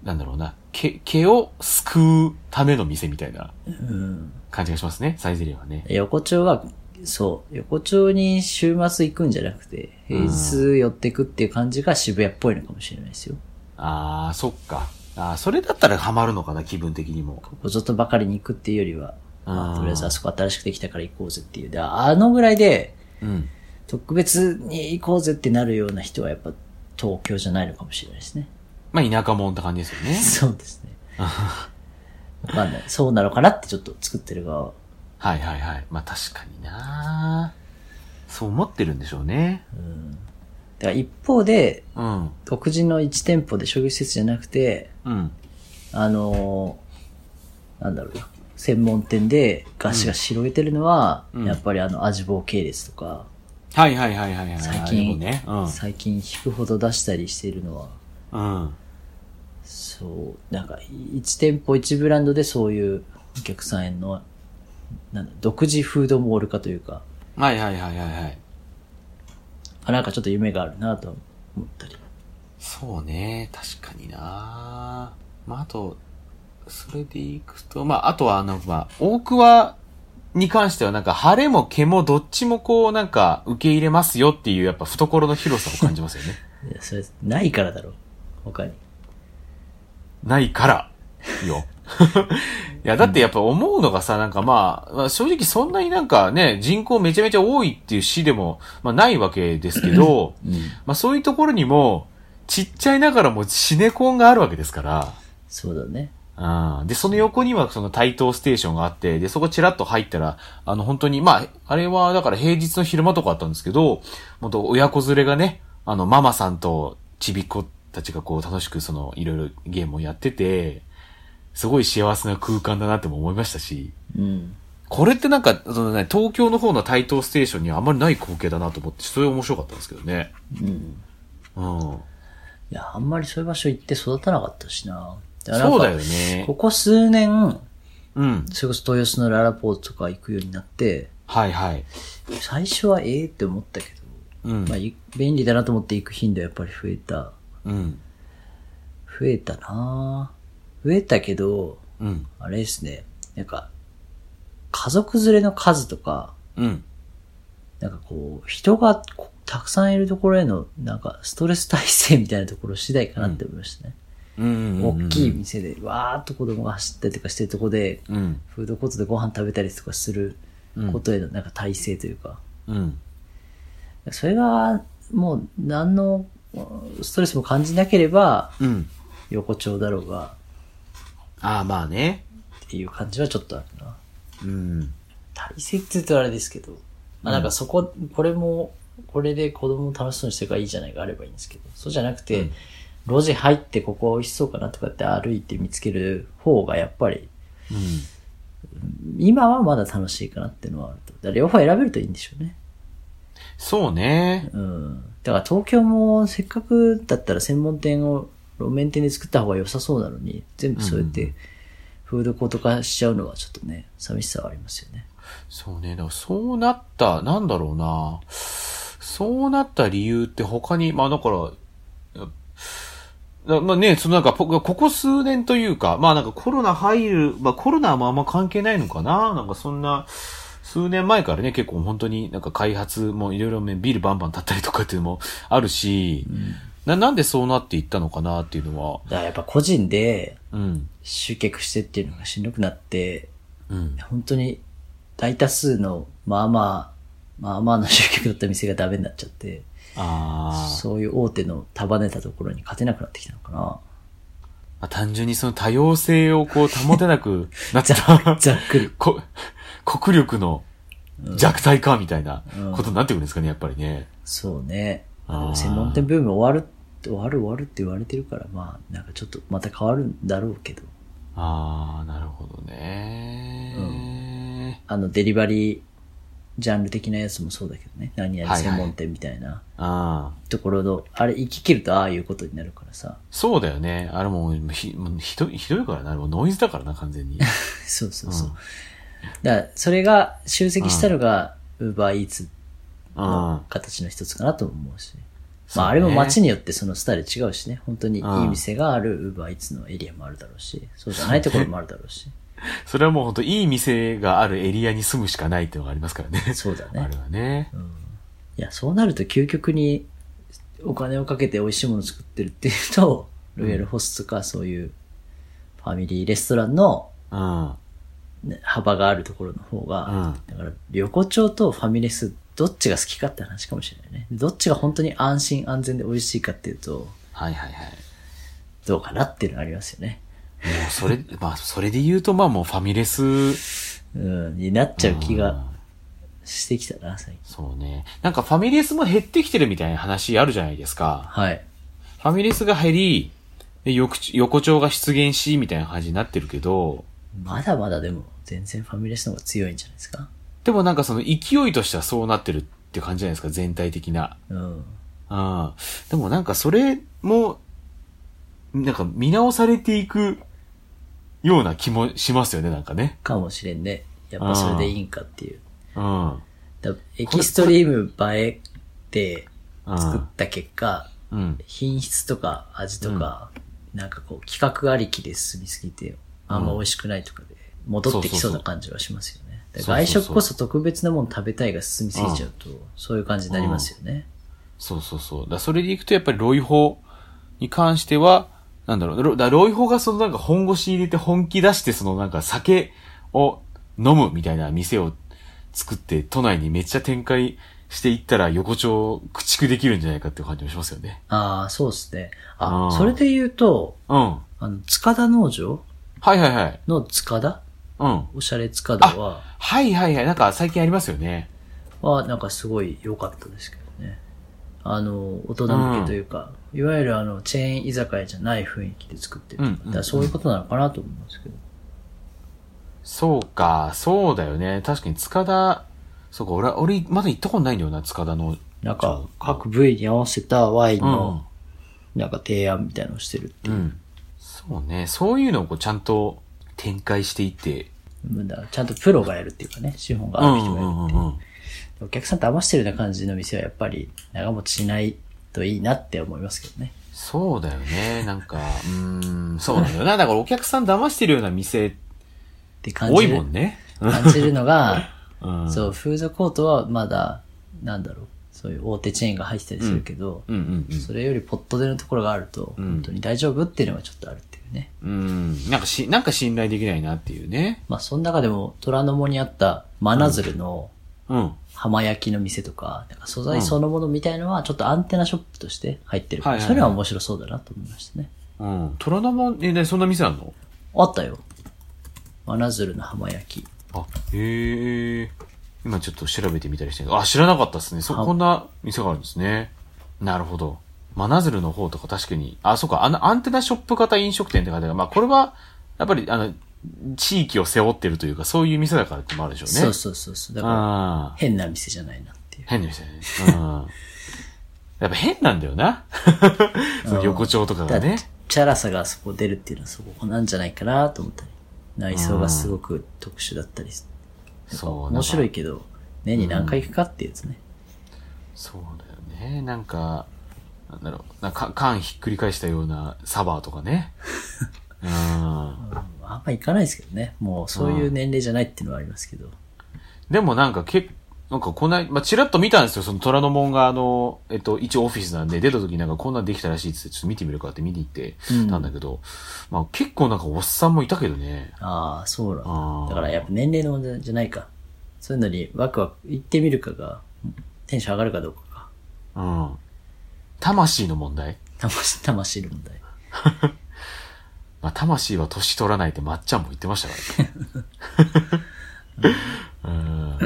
[SPEAKER 2] なんだろうな、毛、毛を救うための店みたいな
[SPEAKER 3] うん。
[SPEAKER 2] 感じがしますね。サイゼリアはね。
[SPEAKER 3] 横丁は、そう、横丁に週末行くんじゃなくて、平日寄ってくっていう感じが渋谷っぽいのかもしれないですよ。
[SPEAKER 2] ああ、そっか。ああ、それだったらハマるのかな、気分的にも。
[SPEAKER 3] ここぞとばかりに行くっていうよりは、ま
[SPEAKER 2] うん
[SPEAKER 3] あ、とりあえずあそこ新しくできたから行こうぜっていう。であのぐらいで、
[SPEAKER 2] うん。
[SPEAKER 3] 特別に行こうぜってなるような人はやっぱ東京じゃないのかもしれないですね。
[SPEAKER 2] まあ、田舎もんって感じですよね。
[SPEAKER 3] そうですね。わかんない。そうなのかなってちょっと作ってる側は。
[SPEAKER 2] はいはいはい。まあ、確かになそう思ってるんでしょうね。
[SPEAKER 3] だから一方で、
[SPEAKER 2] うん。
[SPEAKER 3] 独自の1店舗で商業施設じゃなくて、
[SPEAKER 2] うん。
[SPEAKER 3] あのーなんだろうな。専門店でガシガシ広げてるのは、
[SPEAKER 2] うん
[SPEAKER 3] やっぱりあの、味棒系列とか、
[SPEAKER 2] はいはいはいはいはい。
[SPEAKER 3] 最
[SPEAKER 2] あれも
[SPEAKER 3] 近、
[SPEAKER 2] ね。うん。
[SPEAKER 3] 最近引くほど出したりしているのは、
[SPEAKER 2] うん。
[SPEAKER 3] そう、なんか、1店舗1ブランドでそういうお客さんへの、なんだ独自フードモール化というか、
[SPEAKER 2] はいはいはいはいはい。
[SPEAKER 3] あ、なんかちょっと夢があるなと思ったり。
[SPEAKER 2] そうね。確かになまあ、あと、それでいくと、まあ、あとはあの、まあ、大桑に関してはなんか、晴れも毛もどっちもこう、なんか、受け入れますよっていう、やっぱ懐の広さを感じますよね。
[SPEAKER 3] いや、それ、ないからだろ。他に。
[SPEAKER 2] ないから、よ。いや、だってやっぱ思うのがさ、なんかまあ、まあ正直そんなになんかね、人口めちゃめちゃ多いっていう市でも、まあないわけですけど、まあそういうところにも、ちっちゃいながらもシネコンがあるわけですから、
[SPEAKER 3] そうだね。
[SPEAKER 2] うんで、その横にはその台東ステーションがあって、で、そこチラッと入ったら、あの、本当に、まあ、あれはだから平日の昼間とかあったんですけど、本当親子連れがね、あの、ママさんとちびっ子たちがこう楽しくその、いろいろゲームをやってて、すごい幸せな空間だなっても思いましたし、
[SPEAKER 3] うん。
[SPEAKER 2] これってなんか、そのね、東京の方の台東ステーションにはあんまりない光景だなと思って、それ面白かったんですけどね。
[SPEAKER 3] うん。
[SPEAKER 2] うん。
[SPEAKER 3] いや、あんまりそういう場所行って育たなかったしな。なんか
[SPEAKER 2] そうだよね
[SPEAKER 3] こ。こ数年、
[SPEAKER 2] うん。
[SPEAKER 3] それこそ豊洲のララポートとか行くようになって、
[SPEAKER 2] はいはい。
[SPEAKER 3] 最初はええって思ったけど、
[SPEAKER 2] うん
[SPEAKER 3] まあ、。い便利だなと思って行く頻度はやっぱり増えた。
[SPEAKER 2] うん。
[SPEAKER 3] 増えたなぁ増えたけど、
[SPEAKER 2] うん。
[SPEAKER 3] あれですね。なんか、家族連れの数とか、
[SPEAKER 2] うん。
[SPEAKER 3] なんかこう、人がこたくさんいるところへの、なんか、ストレス耐性みたいなところ次第かなって思いましたね。
[SPEAKER 2] うんうんうん。
[SPEAKER 3] 大きい店で、わーっと子供が走ったりとかしてるとこで、
[SPEAKER 2] うん。
[SPEAKER 3] フードコートでご飯食べたりとかすることへの、なんか耐性というか、
[SPEAKER 2] うん。
[SPEAKER 3] それが、もう、何のうんストレスも感じなければ、
[SPEAKER 2] うん。
[SPEAKER 3] 横丁だろうが、
[SPEAKER 2] ああ、まあね。
[SPEAKER 3] っていう感じはちょっとあるな。
[SPEAKER 2] うん。
[SPEAKER 3] 大切って言うとあれですけど、まあなんかそこ、これも、これで子供を楽しそうにしてるからいいじゃないがあればいいんですけど、そうじゃなくて、路地入ってここ美味しそうかなとかって歩いて見つける方がやっぱり、
[SPEAKER 2] うん。
[SPEAKER 3] 今はまだ楽しいかなっていうのはあると。だから両方選べるといいんでしょうね。
[SPEAKER 2] そうね。
[SPEAKER 3] うん。だから東京もせっかくだったら専門店を路面店で作った方が良さそうなのに、全部そうやってフードコート化しちゃうのはちょっとね、寂しさはありますよね。
[SPEAKER 2] そうね。だからそうなった、なんだろうな。そうなった理由って他に、まあだから、だまあね、そのなんか、ぽここ数年というか、まあなんかコロナ入る、まあコロナはまああんま関係ないのかななんかそんな、数年前からね、結構本当になんか開発もいろいろねビルバンバン立ったりとかっていうのもあるし、な、なんでそうなっていったのかなっていうのは、
[SPEAKER 3] だからやっぱ個人で、
[SPEAKER 2] うん。
[SPEAKER 3] 集客してっていうのがしんどくなって、
[SPEAKER 2] うん。
[SPEAKER 3] 本当に大多数のまあまあ、まあまあの集客だった店がダメになっちゃって、
[SPEAKER 2] ああ。
[SPEAKER 3] そういう大手の束ねたところに勝てなくなってきたのかな。
[SPEAKER 2] まあ、単純にその多様性をこう保てなくなっ
[SPEAKER 3] ざ
[SPEAKER 2] た、
[SPEAKER 3] ざっくり。
[SPEAKER 2] こ、 国力の弱体化みたいな
[SPEAKER 3] うん
[SPEAKER 2] ことになってくるんですかね、やっぱりね。
[SPEAKER 3] そうね。で
[SPEAKER 2] あー
[SPEAKER 3] も専門店ブーム終わる、終わる終わるって言われてるから、まあ、なんかちょっとまた変わるんだろうけど、
[SPEAKER 2] ああ、なるほどね。
[SPEAKER 3] あのデリバリージャンル的なやつもそうだけどね、何々専門店みたいな
[SPEAKER 2] ああ。
[SPEAKER 3] ところの、あれ行き切るとああいうことになるからさ。
[SPEAKER 2] そうだよね。あれもうひもうひどい、ひどいからな。もうノイズだからな、完 全に。
[SPEAKER 3] そうそうそう
[SPEAKER 2] うん。
[SPEAKER 3] だからそれが集積したのが、ウーバーイーツ
[SPEAKER 2] うん
[SPEAKER 3] の。形の一つかなとも思うし。
[SPEAKER 2] そう
[SPEAKER 3] ま
[SPEAKER 2] ね
[SPEAKER 3] あ、あれも街によってそのスタイル違うしね。本当にいい店があるウーバーイーツのエリアもあるだろうし、そうじゃないところもあるだろうし。
[SPEAKER 2] それはもう本当いい店があるエリアに住むしかないっていうのがありますからね。
[SPEAKER 3] そうだ
[SPEAKER 2] あ
[SPEAKER 3] ね
[SPEAKER 2] れ。はね。
[SPEAKER 3] いや、そうなると究極にお金をかけて美味しいものを作ってるっていうと、ロイヤルホストかそういうファミリーレストランの
[SPEAKER 2] うん。
[SPEAKER 3] ね幅があるところの方が、
[SPEAKER 2] うん
[SPEAKER 3] だから横丁とファミレスどっちが好きかって話かもしれないねどっちが本当に安心安全で美味しいかっていうと
[SPEAKER 2] はいはいはい。
[SPEAKER 3] どうかなっていうのがありますよね
[SPEAKER 2] もうそれ、 まあ、それで言うと、まあもうファミレス、
[SPEAKER 3] うんになっちゃう気がしてきたな最近
[SPEAKER 2] そうね。なんかファミレスも減ってきてるみたいな話あるじゃないですか。
[SPEAKER 3] はい
[SPEAKER 2] ファミレスが減り、で横横丁が出現し、みたいな感じになってるけど、
[SPEAKER 3] まだまだでも全然ファミレスの方が強いんじゃないですか
[SPEAKER 2] でもなんかその勢いとしてはそうなってるって感じじゃないですか、全体的な。
[SPEAKER 3] うん
[SPEAKER 2] うん。でもなんかそれも、なんか見直されていくような気もしますよね、なんかね。
[SPEAKER 3] かもしれんねやっぱそれでいいんかっていう
[SPEAKER 2] うん。うん。
[SPEAKER 3] だエキストリーム映えで作った結果
[SPEAKER 2] うん。
[SPEAKER 3] 品質とか味とか、なんかこう企画ありきで進みすぎて、あんま美味しくないとかで、戻ってきそうな感じはしますよ
[SPEAKER 2] そ
[SPEAKER 3] ね。
[SPEAKER 2] う
[SPEAKER 3] だ
[SPEAKER 2] そうそう
[SPEAKER 3] から外食こそ特別なもの食べたいが進みすぎちゃうと、そういう感じになりますよね。
[SPEAKER 2] そうそうそう。だそれでいくと、やっぱりロイ法に関しては、なんだろう、ロだロイホがそのなんか本腰入れて本気出してそのなんか酒を飲むみたいな店を作って都内にめっちゃ展開していったら横丁駆逐できるんじゃないかっていう感じもしますよね。
[SPEAKER 3] ああ、そうですね。あ、
[SPEAKER 2] うん
[SPEAKER 3] それで言うと、
[SPEAKER 2] うん。は
[SPEAKER 3] あの、塚田農場
[SPEAKER 2] いはいはい。
[SPEAKER 3] の塚田
[SPEAKER 2] うん。
[SPEAKER 3] おしゃれ塚田は、
[SPEAKER 2] はいはいはい。なんか最近ありますよね。
[SPEAKER 3] は、なんかすごい良かったですけどね。あの、大人向けというか、いわゆるあの、チェーン居酒屋じゃない雰囲気で作ってるとか。
[SPEAKER 2] うんうんうん
[SPEAKER 3] だからそういうことなのかなと思うんですけど。
[SPEAKER 2] そうか、そうだよね。確かに塚田、そうか、俺、俺、まだ行ったことないんだよな、塚田の。
[SPEAKER 3] なんか、各部位に合わせたワイン
[SPEAKER 2] うん。
[SPEAKER 3] の、なんか提案みたいなのをしてるっていうう。
[SPEAKER 2] ん。そうね。そういうのをこうちゃんと展開していって。
[SPEAKER 3] だからちゃんとプロがやるっていうかね、資本が
[SPEAKER 2] う
[SPEAKER 3] ある
[SPEAKER 2] んう
[SPEAKER 3] 人がやる。
[SPEAKER 2] んうんうん。
[SPEAKER 3] お客さん騙してるような感じの店はやっぱり長持ちしないといいなって思いますけどね。
[SPEAKER 2] そうだよね。なんか、うーん、そうなんだ よな。だからお客さん騙してるような店、
[SPEAKER 3] って感
[SPEAKER 2] 多
[SPEAKER 3] じ
[SPEAKER 2] い
[SPEAKER 3] る。
[SPEAKER 2] もんね。
[SPEAKER 3] 感じるのが、
[SPEAKER 2] うん。
[SPEAKER 3] そう、フードコートはまだ、なんだろう、そういう大手チェーンが入ってたりするけど、
[SPEAKER 2] うんうんうん。
[SPEAKER 3] それよりポットでのところがあると、
[SPEAKER 2] うん
[SPEAKER 3] 本当に大丈夫っていうのがちょっとあるっていうね。
[SPEAKER 2] うん。なんかし、なんか信頼できないなっていうね。
[SPEAKER 3] まあ、その中でも、虎ノ門にあった真鶴の
[SPEAKER 2] うん。
[SPEAKER 3] 浜焼きの店とか、なんか素
[SPEAKER 2] う
[SPEAKER 3] 材
[SPEAKER 2] ん
[SPEAKER 3] そのものみたいのは、ちょっとアンテナショップとして入ってるか
[SPEAKER 2] は
[SPEAKER 3] ら、
[SPEAKER 2] いはいはい
[SPEAKER 3] それは面白そうだなと思いましたね。
[SPEAKER 2] うん。虎ノ門、え、ね、そんな店あんの
[SPEAKER 3] あったよ。真鶴の浜焼き。
[SPEAKER 2] あ、へえ。今ちょっと調べてみたりしてるあ、知らなかったですね。そ、
[SPEAKER 3] はい
[SPEAKER 2] こんな店があるんですね。なるほど。真鶴の方とか確かに、あ、そうか、あの、アンテナショップ型飲食店って書いてある。まあ、これは、やっぱり、あの、地域を背負ってるというか、そういう店だからってのもあるでしょうね。
[SPEAKER 3] そうそうそうそう。だから、
[SPEAKER 2] ああ。
[SPEAKER 3] 変な店じゃないなっていう。
[SPEAKER 2] 変な店だね。 うん。やっぱ変なんだよな。 その横丁とかが
[SPEAKER 3] だって
[SPEAKER 2] ね。、
[SPEAKER 3] チャラさがそこ出るっていうのはそこなんじゃないかなと思ったり。内装がすごく特殊だったり、
[SPEAKER 2] そう。
[SPEAKER 3] 面白
[SPEAKER 2] い
[SPEAKER 3] いけど、年に何回行くかっていうやつね。
[SPEAKER 2] そうだよね。なんか、なんだろう。なんか、缶ひっくり返したようなサバーとか ね。うん。
[SPEAKER 3] あんま行かないですけどね。もうそういう年齢じゃないっていうのはありますけど。
[SPEAKER 2] でもなんか、け、なんかこんな、まあ、チラッと見たんですよ。その虎ノ門が、あの、えっと、一応オフィスなんで、出た時になんかこんなんできたらしいっつって、ちょっと見てみるかって見に行って
[SPEAKER 3] うん
[SPEAKER 2] たんだけど、まあ結構なんかおっさんもいたけどね。
[SPEAKER 3] ああ、そうなん
[SPEAKER 2] あー
[SPEAKER 3] だ。だからやっぱ年齢の問題じゃないか。そういうのにワクワク行ってみるかが、テンション上がるかどうかか。
[SPEAKER 2] うん。魂の問題
[SPEAKER 3] 魂、 魂の問題。
[SPEAKER 2] まあ、魂は年取らないってまっちゃんも言ってましたからね。うん。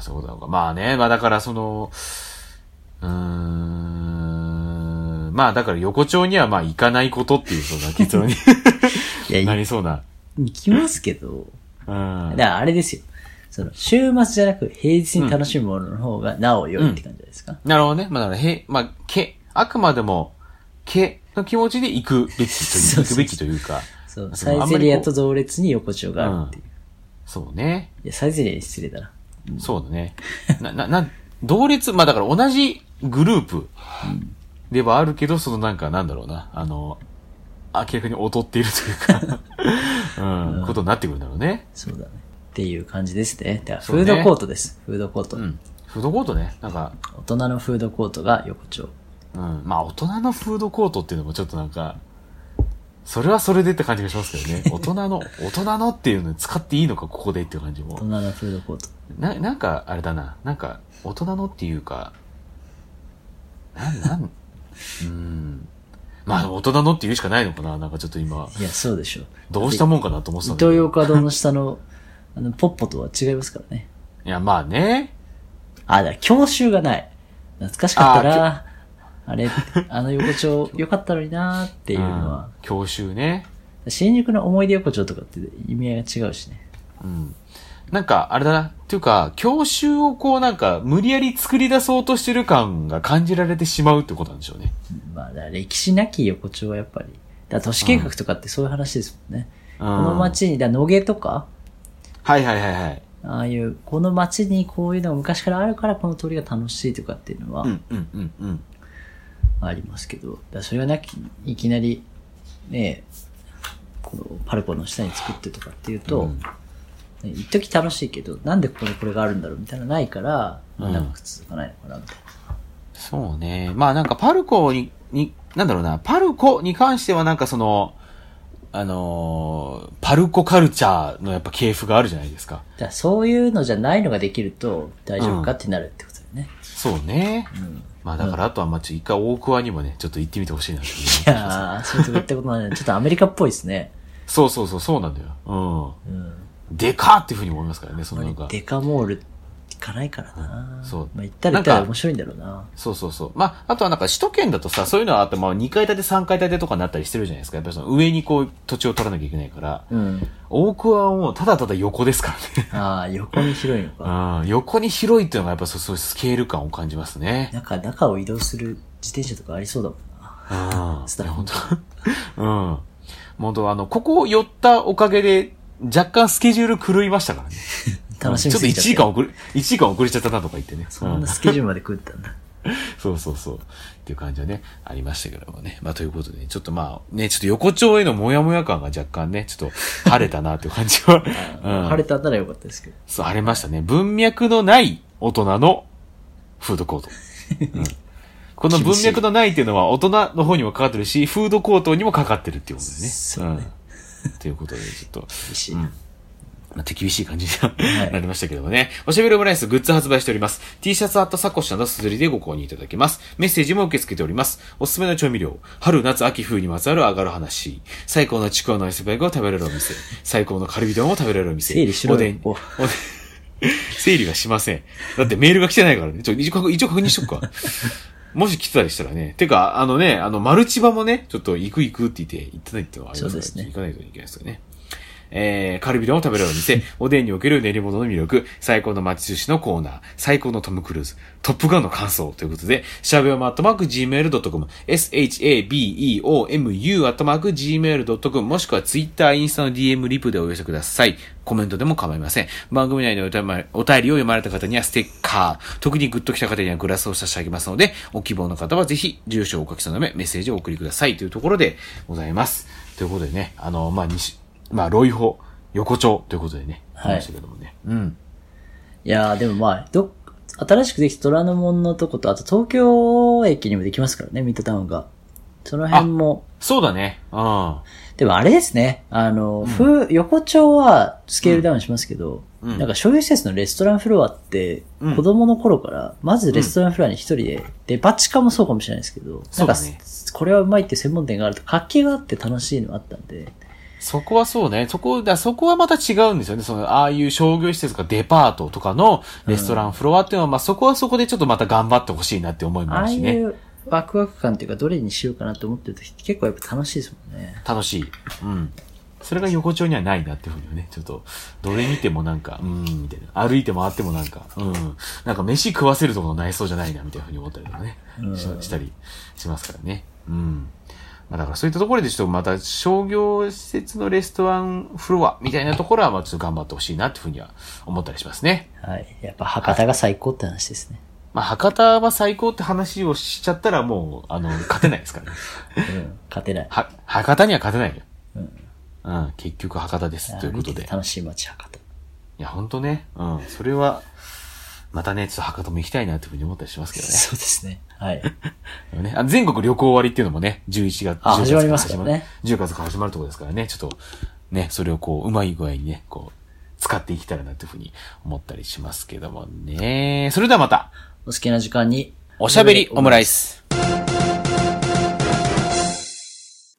[SPEAKER 2] そういうことなのか。まあね、まあだからその、うーん、まあだから横丁にはまあ行かないことっていうそんな結論 に
[SPEAKER 3] いや、
[SPEAKER 2] ないりそうな。
[SPEAKER 3] 行きますけど、
[SPEAKER 2] うん
[SPEAKER 3] だか。らあれですよ。その、週末じゃなく平日に楽しむものの方がなお良いって感じですか、
[SPEAKER 2] なるほどね。まあだから、へ、まあ、け、あくまでも、けの気持ちで行くべきという、
[SPEAKER 3] そうそ
[SPEAKER 2] 行く
[SPEAKER 3] うそう
[SPEAKER 2] べきというか、
[SPEAKER 3] そう、
[SPEAKER 2] そ
[SPEAKER 3] サ
[SPEAKER 2] の
[SPEAKER 3] イゼリ
[SPEAKER 2] あんまり
[SPEAKER 3] ア
[SPEAKER 2] こと
[SPEAKER 3] 同列に横丁があるっていう。
[SPEAKER 2] そうね。
[SPEAKER 3] いや、サイゼリアに失礼だな。
[SPEAKER 2] そうだね。な、な、な、同列、まあだから同じグループではあるけど、そのなんかなんだろうな、あの、明らかに劣っているというか、 うん、ことになってくるんだろうね。
[SPEAKER 3] そうだね。っていう感じですね。だから
[SPEAKER 2] そう
[SPEAKER 3] フ
[SPEAKER 2] ね
[SPEAKER 3] ードコートです。フードコート、
[SPEAKER 2] うん。フードコートね。なんか、
[SPEAKER 3] 大人のフードコートが横丁。
[SPEAKER 2] うん。まあ大人のフードコートっていうのもちょっとなんか、それはそれでって感じがしますけどね。大人の、大人のっていうのに使っていいのか、ここでっていう感じ
[SPEAKER 3] 大
[SPEAKER 2] も
[SPEAKER 3] 人。のフードコート。
[SPEAKER 2] な、なんか、あれだな。なんか、大人のっていうか、なん、なん、うーん。まあ、でも大人のって言うしかないのかな。なんかちょっと今、
[SPEAKER 3] いや、そうでしょう。
[SPEAKER 2] どうしたもんかなと思って
[SPEAKER 3] 伊
[SPEAKER 2] たんだ
[SPEAKER 3] 東
[SPEAKER 2] けど。
[SPEAKER 3] 洋華堂の下の、あの、ポッポとは違いますからね。
[SPEAKER 2] いや、まあね。
[SPEAKER 3] あ、だから教習がない。懐かしかった
[SPEAKER 2] あ
[SPEAKER 3] な。あれ、あの横丁良かったのになーっていうの は、
[SPEAKER 2] うん教習ね。
[SPEAKER 3] 新宿の思い出横丁とかって意味合いが違うしね。
[SPEAKER 2] うん。なんか、あれだな。っていうか、教習をこうなんか、無理やり作り出そうとしてる感が感じられてしまうってことなんでしょうね。
[SPEAKER 3] まあ、だから歴史なき横丁はやっぱり、だから都市計画とかってそういう話ですもんね。
[SPEAKER 2] こ
[SPEAKER 3] この。街に、だから野毛とか、
[SPEAKER 2] はいはいはいはい。
[SPEAKER 3] ああいう、この街にこういうのが昔からあるからこの通りが楽しいとかっていうのは
[SPEAKER 2] うんうんうんうん。
[SPEAKER 3] ありますけど、だからそれがなき、いきなり、ねこのパルコの下に作ってとかっていうと、
[SPEAKER 2] うん
[SPEAKER 3] ね一時楽しいけど、なんでここにこれがあるんだろうみたいなのないから、
[SPEAKER 2] うん
[SPEAKER 3] 長く続かないのかなみたいな。
[SPEAKER 2] そうね。まあなんかパルコに、になんだろうな、パルコに関してはなんかその、あのーパルコカルチャーのやっぱ系譜があるじゃないですか。
[SPEAKER 3] だからそういうのじゃないのができると大丈夫かってなるってことだよね。
[SPEAKER 2] そうね。まあだからあとはまあちょっと一回大桑にもね、ちょっと行ってみてほしいなっていう
[SPEAKER 3] いやー、そういうとこ行ったこと ないね。ちょっとアメリカっぽいですね。
[SPEAKER 2] そうそうそう、そうなんだよ。うん。でかーっていうふうに思いますからね、そのなんか。
[SPEAKER 3] デカモール行かないからな。
[SPEAKER 2] そう
[SPEAKER 3] まあ行ったら行ったら
[SPEAKER 2] なんか
[SPEAKER 3] 面白いんだろうな。
[SPEAKER 2] そうそうそう。まあ、あとはなんか首都圏だとさ、そういうのはあって、まあ2階建て3階建てとかになったりしてるじゃないですか。やっぱりその上にこう土地を取らなきゃいけないから。
[SPEAKER 3] うん。
[SPEAKER 2] 大桑はもうただただ横ですからね。
[SPEAKER 3] ああ、横に広いのか。
[SPEAKER 2] うん、横に広いっていうのがやっぱそうそういうスケール感を感じますね。
[SPEAKER 3] なんか中を移動する自転車とかありそうだもんな。
[SPEAKER 2] うん。い
[SPEAKER 3] スタッ
[SPEAKER 2] や、
[SPEAKER 3] フ
[SPEAKER 2] 本当 うん。本当あの、ここを寄ったおかげで、若干スケジュール狂いましたからね。
[SPEAKER 3] 楽しみ
[SPEAKER 2] ちょっと
[SPEAKER 3] すぎ
[SPEAKER 2] 1
[SPEAKER 3] ちゃ
[SPEAKER 2] 時
[SPEAKER 3] った
[SPEAKER 2] 間遅れ、1時間遅れちゃったなとか言ってね。
[SPEAKER 3] そん
[SPEAKER 2] う
[SPEAKER 3] なんスケジュールまで食ったんだ。
[SPEAKER 2] そうそうそう。っていう感じはね、ありましたけどもね。まあ、ということで、ちょっとまあ、ね、ちょっと横丁へのモヤモヤ感が若干ね、ちょっと晴れたなという感じ は、うん、
[SPEAKER 3] 晴れたならよかったですけど。
[SPEAKER 2] そう、晴れましたね。文脈のない大人のフードコート。 うんこの文脈のないっていうのは大人の方にもかかってるし、フードコートにもかかってるっていうことでね。
[SPEAKER 3] そうね
[SPEAKER 2] うんということで、ちょっと、
[SPEAKER 3] 厳しい。
[SPEAKER 2] うんまあ、手厳しい感じには
[SPEAKER 3] い
[SPEAKER 2] なりましたけどもね。おしゃべりオムライスグッズ発売しております。T シャツ、アット、サコッシュなどすずりでご購入いただけます。メッセージも受け付けております。おすすめの調味料。春、夏、秋、冬にまつわる上がる話。最高のちくわのアイスバイクを食べれるお店。最高のカルビ丼を食べれるお店。
[SPEAKER 3] 整理しろよ
[SPEAKER 2] おでん、
[SPEAKER 3] お
[SPEAKER 2] おでん、 整理がしません。だってメールが来てないからね。ちょ、一応確一応確認しとくか。もし来てたりしたらね。てか、あのね、あの、マルチバもね、ちょっと行く行くって言って、行ってないってのはありますから
[SPEAKER 3] そうですね
[SPEAKER 2] 行かないといけないですよね。えー、カルビ丼を食べられるお店、おでんにおける練り物の魅力、最高の町寿司のコーナー、最高のトム・クルーズ、トップガンの感想ということで、しゃべおまアットマーク gmail.com、shabeomu アットマーク gmail.com、もしくはツイッター、インスタの DM リプでお寄せください。コメントでも構いません。番組内でお便りお便りを読まれた方にはステッカー、特にグッときた方にはグラスを差し上げますので、お希望の方はぜひ、住所をお書きその上、メッセージをお送りくださいというところでございます。ということでね、あの、まあ、西、まあ、ロイホ、横丁ということでね、
[SPEAKER 3] はい
[SPEAKER 2] ありましたけどもね。うん。
[SPEAKER 3] いやー、でもまあ、どっ、新しくできた虎ノ門のとこと、あと東京駅にもできますからね、ミッドタウンが。その辺も。
[SPEAKER 2] そうだね。うん。は
[SPEAKER 3] でもあれですね、あの、ふ横丁はスケールダウンしますけど、
[SPEAKER 2] うんうん
[SPEAKER 3] なんか商業施設のレストランフロアって、
[SPEAKER 2] うん
[SPEAKER 3] 子供の頃から、まずレストランフロアに一人で、で、バチカもそうかもしれないですけど、
[SPEAKER 2] そう
[SPEAKER 3] な
[SPEAKER 2] だ
[SPEAKER 3] んか
[SPEAKER 2] ね、
[SPEAKER 3] これはうまいっていう専門店があると、活気があって楽しいのあったんで、
[SPEAKER 2] そこはそうね。そこ、だそこはまた違うんですよね。その、ああいう商業施設とかデパートとかのレストランフロアっていうのは、まあ、そこはそこでちょっとまた頑張ってほしいなって思いもあ
[SPEAKER 3] あ
[SPEAKER 2] る
[SPEAKER 3] あ
[SPEAKER 2] し
[SPEAKER 3] い
[SPEAKER 2] ね。
[SPEAKER 3] うワクワク感というか、どれにしようかなと思ってる時って結構やっぱ楽しいですもんね。
[SPEAKER 2] 楽しい。うん。それが横丁にはないなっていうふうにね、ちょっと、どれ見てもなんか、うーん、みたいな。歩いて回ってもなんか、うん。なんか飯食わせるところないそうじゃないな、みたいなふうに思ったりとかね、ししたりしますからね。うん。まあだからそういったところでちょっとまた商業施設のレストランフロアみたいなところはまあちょっと頑張ってほしいなっていうふうには思ったりしますね。
[SPEAKER 3] はい。やっぱ博多が最高って話ですね。
[SPEAKER 2] まあ博多は最高って話をしちゃったらもう、あの、勝てないですからね。
[SPEAKER 3] うん。勝てない。
[SPEAKER 2] は、博多には勝てないよ。うん。結局博多 です。ということ
[SPEAKER 3] 歩
[SPEAKER 2] で。
[SPEAKER 3] て楽しい街博多。
[SPEAKER 2] いや、ほんとね。うん。それは、またね、ちょっと博多も行きたいなというふうに思ったりしますけど ね
[SPEAKER 3] そうですね。はい。
[SPEAKER 2] でもね。あ全国旅行終わりっていうのもね、11月、
[SPEAKER 3] あ
[SPEAKER 2] 10月
[SPEAKER 3] 始まりますからね
[SPEAKER 2] 始まる。10月から始まるところですからね、ちょっと、ね、それをこう、うまい具合にね、こう、使っていけたらなというふうに思ったりしますけどもね。それではまた、
[SPEAKER 3] お好きな時間に。
[SPEAKER 2] おしゃべりオムライス。
[SPEAKER 3] お